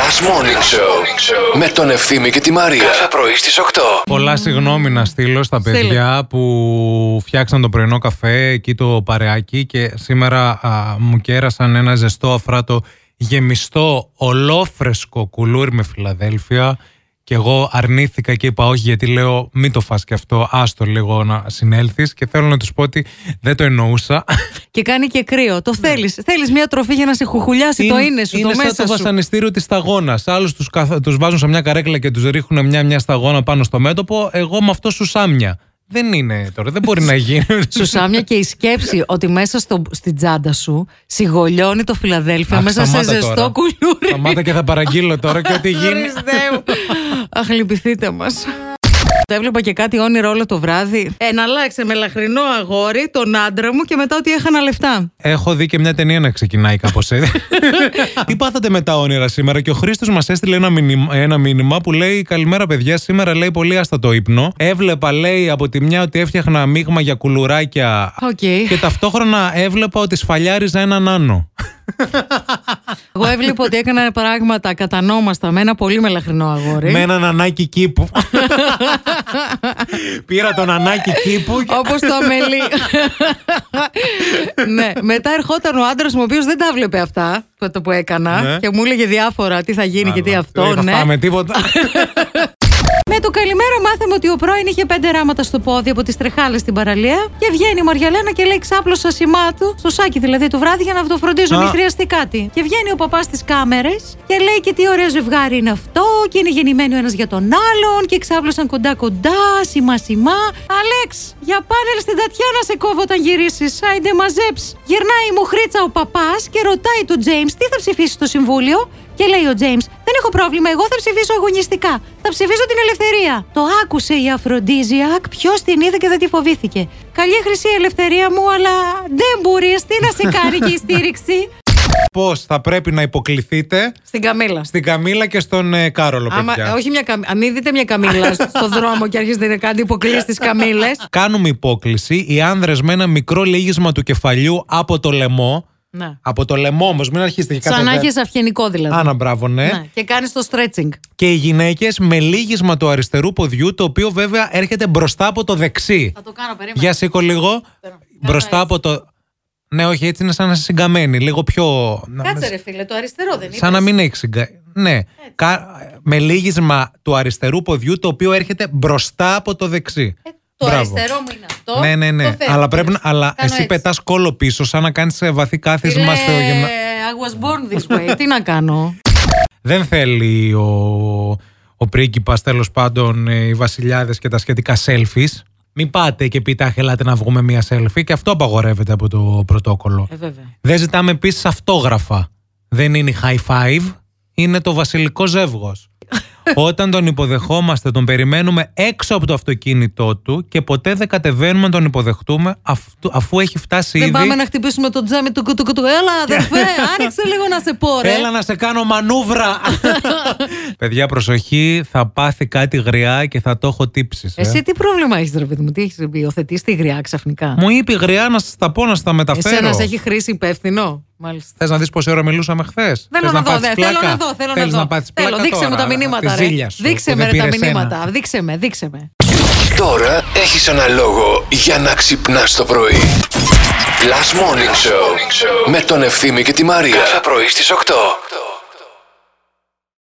Last Morning Show με τον Ευθύμη και τη Μαρία. Κάθε πρωί στις 8. Πολλά συγγνώμη να στείλω στα Στείλε. παιδιά που φτιάξαν το πρωινό καφέ εκεί το παρεάκι και σήμερα α, μου κέρασαν ένα ζεστό αφράτο γεμιστό ολόφρεσκο κουλούρι με Φιλαδέλφια και εγώ αρνήθηκα και είπα όχι γιατί λέω μην το φας και αυτό άστο λίγο να συνέλθεις και θέλω να τους πω ότι δεν το εννοούσα Και κάνει και κρύο. Το θέλεις. Θέλεις μια τροφή για να σε χουχουλιάσει το είναι σου, Ναι. είναι το σαν το μέσα σου. βασανιστήριο της σταγόνας. Άλλους τους καθ... τους βάζουν σε μια καρέκλα και τους ρίχνουν μια-μια σταγόνα πάνω στο μέτωπο. Εγώ με αυτό σουσάμια. Δεν είναι τώρα, δεν μπορεί να γίνει. Σουσάμια και η σκέψη ότι μέσα στο, στην τσάντα σου σιγολιώνει το Φιλαδέλφια Αχ, μέσα σε σταμάτα ζεστό τώρα. κουλούρι. Σταμάτα και θα παραγγείλω τώρα και ό,τι γίνει. Χριστέ μου. Αχ, λυπηθείτε μα. Τα έβλεπα και κάτι όνειρο όλο το βράδυ. Ε, Εναλλάξε με λαχρινό αγόρι τον άντρα μου και μετά ότι έχανα λεφτά. Έχω δει και μια ταινία να ξεκινάει κάπως έτσι. Τι πάθατε με τα όνειρα σήμερα και ο Χρήστος μας έστειλε ένα μήνυμα, ένα μήνυμα που λέει Καλημέρα, παιδιά. Σήμερα λέει πολύ άστατο ύπνο. Έβλεπα, λέει, από τη μια ότι έφτιαχνα μείγμα για κουλουράκια. Οκ. Και ταυτόχρονα έβλεπα ότι σφαλιάριζα έναν άνω. Εγώ έβλεπα ότι έκανα πράγματα κατανόμαστα με ένα πολύ μελαχρινό αγόρι. Με έναν ανάκι κήπου. Πήρα τον ανάκι κήπου. και- Όπως το αμελή. ναι. Μετά ερχόταν ο άντρας μου, ο οποίος δεν τα βλέπε αυτά που- το που έκανα Ναι. και μου έλεγε διάφορα τι θα γίνει και τι αυτό. Δεν Ε, θα Ναι. φάμε τίποτα. Με το καλημέρα μάθαμε ότι ο πρώην είχε πέντε ράματα στο πόδι από τις τρεχάλες στην παραλία και βγαίνει η Μαριαλένα και λέει ξάπλωσα σημά του, στο σάκι δηλαδή το βράδυ για να το φροντίζω, Α. μην χρειαστεί κάτι. Και βγαίνει ο παπάς στις κάμερες και λέει και τι ωραίο ζευγάρι είναι αυτό και είναι γεννημένοι ο ένας για τον άλλον και ξάπλωσαν κοντά κοντά, σημά σημά. Αλέξ, για πάνελ στην τατιά να σε κόβω όταν γυρίσεις, άιντε μαζέψ. Γυρνάει η μουχρίτσα ο παπάς και ρωτάει τον Τζέιμ τι θα ψηφίσεις στο συμβούλιο και λέει ο Τζέιμ, δεν έχω πρόβλημα, εγώ θα ψηφίσω αγωνιστικά. Θα ψηφίσω την ελευθερία. Το άκουσε η Αφροντίζιακ, ποιος την είδε και δεν τη φοβήθηκε. Καλή χρυσή ελευθερία μου, αλλά δεν μπορείς, τι να σε κάνει και η στήριξη. Πώς θα πρέπει να υποκληθείτε Στην Καμίλα. στην Καμίλα και στον ε, Κάρολο, Άμα, παιδιά. όχι μια καμ... Αν μην δείτε μια Καμίλα στον δρόμο και αρχίζετε να κάνετε υποκλήσεις τη Καμίλες. Κάνουμε υπόκληση οι άνδρες με ένα μικρό λίγισμα του κεφαλιού από το λαιμό. Ναι. Από το λαιμό όμως, μην αρχίσετε και Σαν να κατεβαίνετε. έχεις αυγενικό δηλαδή. Άνα, μπράβο, ναι. Ναι. Και κάνεις το stretching. Και οι γυναίκες με λίγισμα του αριστερού ποδιού, το οποίο βέβαια έρχεται μπροστά από το δεξί. Θα το κάνω περίμενα. Ναι. Για σήκω λίγο. Μπροστά από το. Ναι, όχι, έτσι είναι σαν να είσαι συγκαμμένη. Λίγο πιο. να- Κάτσε ρε φίλε, το αριστερό δεν είναι. Σαν να μην έχεις συγκα... Ναι. Κα... Με λίγισμα του αριστερού ποδιού, το οποίο έρχεται μπροστά από το δεξί. Το Μπράβο. αριστερό μου είναι αυτό. Ναι, ναι, το ναι. φεύγω. Αλλά, πρέπει, να- αλλά Κάνω εσύ έτσι. πετάς κόλλο πίσω, σαν να κάνεις βαθύ Φίλε, κάθισμα στο γυμνα... I was born this way. Τι να κάνω. Δεν θέλει ο, ο πρίγκιπας τέλος πάντων ε, οι βασιλιάδες και τα σχετικά selfies. Μην πάτε και πείτε «Αχ, ελάτε να βγούμε μία selfie και αυτό απαγορεύεται από το πρωτόκολλο. Ε, βέβαια. Δεν ζητάμε επίσης αυτόγραφα. Δεν είναι η high five, είναι το βασιλικό ζεύγος. Όταν τον υποδεχόμαστε, τον περιμένουμε έξω από το αυτοκίνητό του και ποτέ δεν κατεβαίνουμε να τον υποδεχτούμε αυτού- αφού έχει φτάσει Δεν ήδη. πάμε να χτυπήσουμε το τζάμι του κουτου κουτου. Έλα, αδερφέ, άνοιξε λίγο να σε πω, ρε. Έλα να σε κάνω μανούβρα. Παιδιά, προσοχή, θα πάθει κάτι γριά και θα το έχω τύψεις. ε. Εσύ τι πρόβλημα έχεις, ρε παιδί μου, τι έχεις υιοθετήσει τη γριά ξαφνικά. Μου είπε η γριά να σας τα πω, να σας τα μεταφέρω. Εσένα σε έχει χρήσει υπεύθυνο. Μάλιστα. Θες να δεις πόση ώρα μιλούσαμε χθες. Θέλω να, δω, δε, θέλω να δω, θέλω να δω. να πάθεις Θέλω, πλάκα δείξε μου τώρα, τα μηνύματα, τη ρε. ζήλια σου Δείξε που με δεν ρε, τα πήρες ένα. μηνύματα. Δείξε με, δείξε με. Τώρα έχεις ένα λόγο για να ξυπνάς το πρωί. Last Morning Show με τον Ευθύμη και τη Μαρία. Κάθε πρωί στις 8.